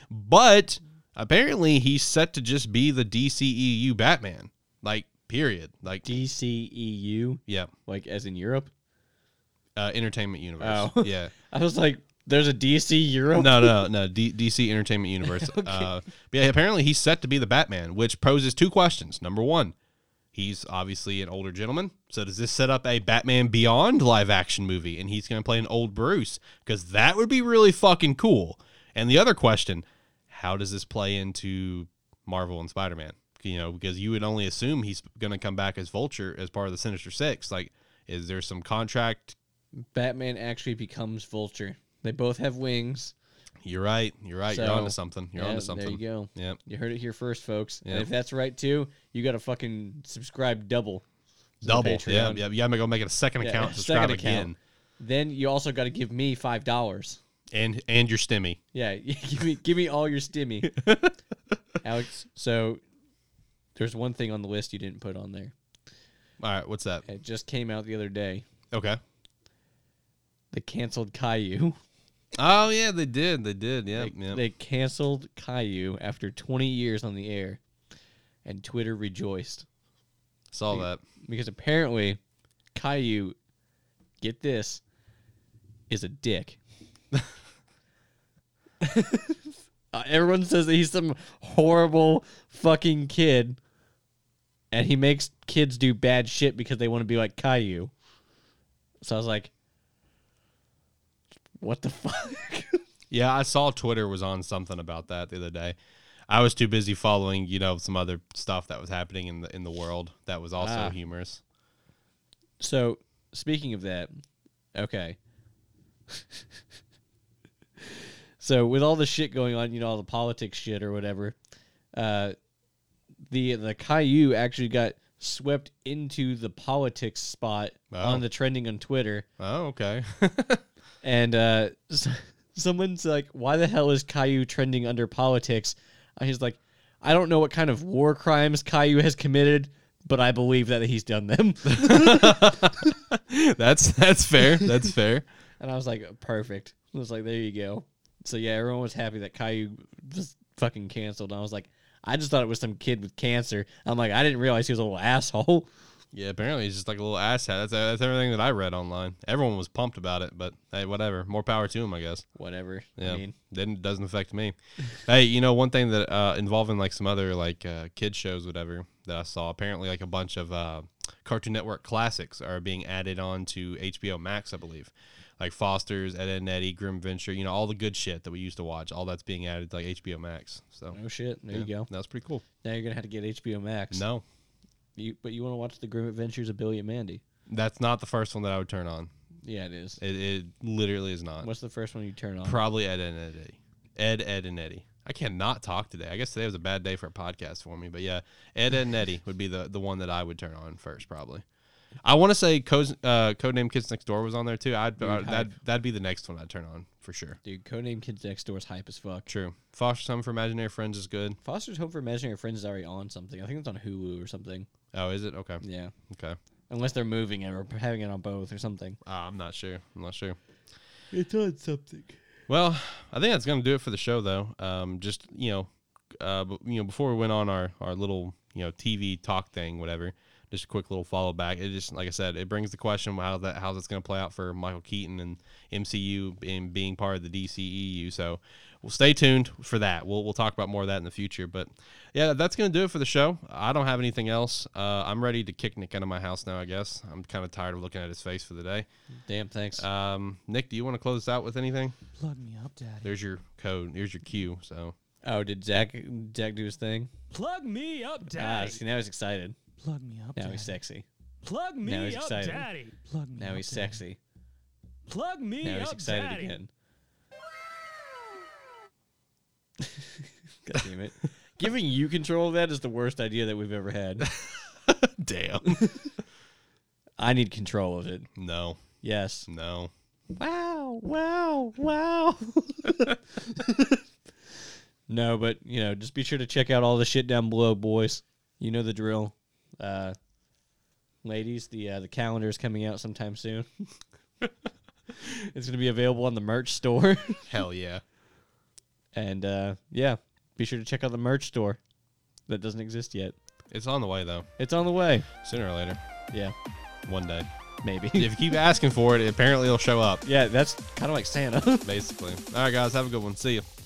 but apparently he's set to just be the DCEU E Batman. Like Period. Like
E DCEU,
yeah,
like as in Europe.
uh, Entertainment Universe.
Oh. (laughs)
Yeah.
I was like, there's a DC Europe.
No, no, no. D- DC Entertainment
(laughs)
Universe. uh, but yeah, apparently he's set to be the Batman, which poses two questions. Number one, he's obviously an older gentleman. So does this set up a Batman Beyond live action movie? And he's going to play an old Bruce because that would be really fucking cool. And the other question, how does this play into Marvel and Spider Man? You know, because you would only assume he's going to come back as Vulture as part of the Sinister Six. Like, is there some contract?
Batman actually becomes Vulture. They both have wings.
You're right. You're right. you're
So,
onto something. You're
Yeah,
onto something.
There you go.
Yeah.
You heard it here first, folks.
Yeah.
And if that's right too, you got to fucking subscribe double. to the
Double. Yeah,
Patreon.
yeah. You gotta go make it a second
Yeah,
account,
second
subscribe
account.
again.
Then you also got to give me five dollars.
And and your stimmy.
Yeah, (laughs) give me give me all
(laughs)
your stimmy, Alex. So there's one thing on the list you didn't put on there.
All right, what's that?
It just came out the other day.
Okay.
They canceled Caillou.
Oh yeah, they did. They did. Yeah. yeah.
They canceled Caillou after 20 years on the air, and Twitter rejoiced
Saw that.
because apparently Caillou, get this, is a dick. Uh, everyone says that he's some horrible fucking kid, and he makes kids do bad shit because they want to be like Caillou. So I was like, what the (laughs) fuck?
Yeah, I saw Twitter was on something about that the other day. I was too busy following, you know, some other stuff that was happening in the in the world that was also
Ah.
humorous.
So speaking of that, okay. (laughs) so with all the shit going on, you know, all the politics shit or whatever, uh, the the Caillou actually got swept into the politics spot
Wow.
on the trending on Twitter,
Oh, okay. (laughs)
and uh, s- (laughs) someone's like, "Why the hell is Caillou trending under politics?" And he's like, "I don't know what kind of war crimes Caillou has committed." But I believe that he's done them. (laughs)
that's that's fair.
(laughs)
That's fair.
And I was like, perfect. I was like, there you go. So yeah, everyone was happy that Caillou just fucking canceled. And I was like, I just thought it was some kid with cancer. I'm like, I didn't realize he was a little (laughs) asshole.
Yeah, apparently he's just like a little asshat. That's that's everything that I read online. Everyone was pumped about it, but hey, whatever. More power to him, I guess.
Whatever.
Yeah,
I mean,
didn't doesn't affect me. (laughs) hey, you know one thing that uh, involving like some other like uh, kid shows, whatever that I saw. Apparently, like a bunch of uh, Cartoon Network classics are being added on to HBO Max, I believe. Like Foster's, Ed, Ed and Eddie, Grim Venture, you know, all the good shit that we used to watch. All that's being added to like HBO Max. So
no shit. There you
yeah,
go.
That's pretty cool.
Now you're gonna have to get HBO Max.
No,
You, but you want to watch the Grim Adventures of Billy and Mandy?
that's not the first one that I would turn on.
Yeah, it is.
It, it literally is not.
What's the first one you turn on?
Probably Ed, Ed and Eddie. Ed, Ed and Eddie. I cannot talk today. I guess today was a bad day for a podcast for me, but yeah, Ed, Ed and Eddie would be the, the one that I would turn on first, probably. I want to say Cos- uh, Codename Kids Next Door was on there too. I'd
Dude,
uh, that
hype.
that'd be the next one I'd turn on for sure.
Dude, Codename Kids Next Door is hype as fuck.
True. Foster's Home for Imaginary Friends is good.
Foster's Home for Imaginary Friends is already on something. I think it's on Hulu or something.
Oh, is it? Okay.
Yeah,
Okay.
unless they're moving it or having it on both or something.
Uh, I'm not sure. I'm not sure.
It's on something.
Well, I think that's going to do it for the show, though. Um, just you know, uh, b- you know, before we went on our our little you know TV talk thing, whatever. Just a quick little follow back. It just like I said, it brings the question how that how's it's going to play out for Michael Keaton and MCU and being part of the DCEU. So, well, stay tuned for that. We'll we'll talk about more of that in the future. But yeah, that's going to do it for the show. I don't have anything else. Uh, I'm ready to kick Nick out of my house now. I guess I'm kind of tired of looking at his face for the day.
Damn, thanks.
Um, Nick, do you want to close us out with anything?
Plug me up, Daddy.
There's your code. There's your cue. So
Oh, did Zach Zach do his thing?
Plug me up,
Ah,
Daddy.
see now he's excited.
Plug me up,
Now
Daddy.
he's sexy.
Plug me
Now he's
up,
excited.
daddy.
Plug me
Now
up,
he's
Daddy.
sexy.
Plug me
Now
up,
he's excited
daddy.
again. God damn it. Giving you control of that is the worst idea that we've ever had.
damn.
I need control of it.
(laughs) no,
Yes.
no.
Wow, wow, wow. no, but you know, just be sure to check out all the shit down below, boys. You know the drill. Uh ladies, the uh, the calendar is coming out sometime soon. (laughs) it's gonna be available on the merch store.
Hell yeah.
and uh yeah, be sure to check out the merch store. That doesn't exist yet.
It's on the way though,
It's on the way.
sooner or later,
Yeah,
one day.
maybe.
if you keep asking for it, apparently it'll show up.
yeah, that's kind of like Santa. (laughs)
Basically. All right, guys, have a good one. See you.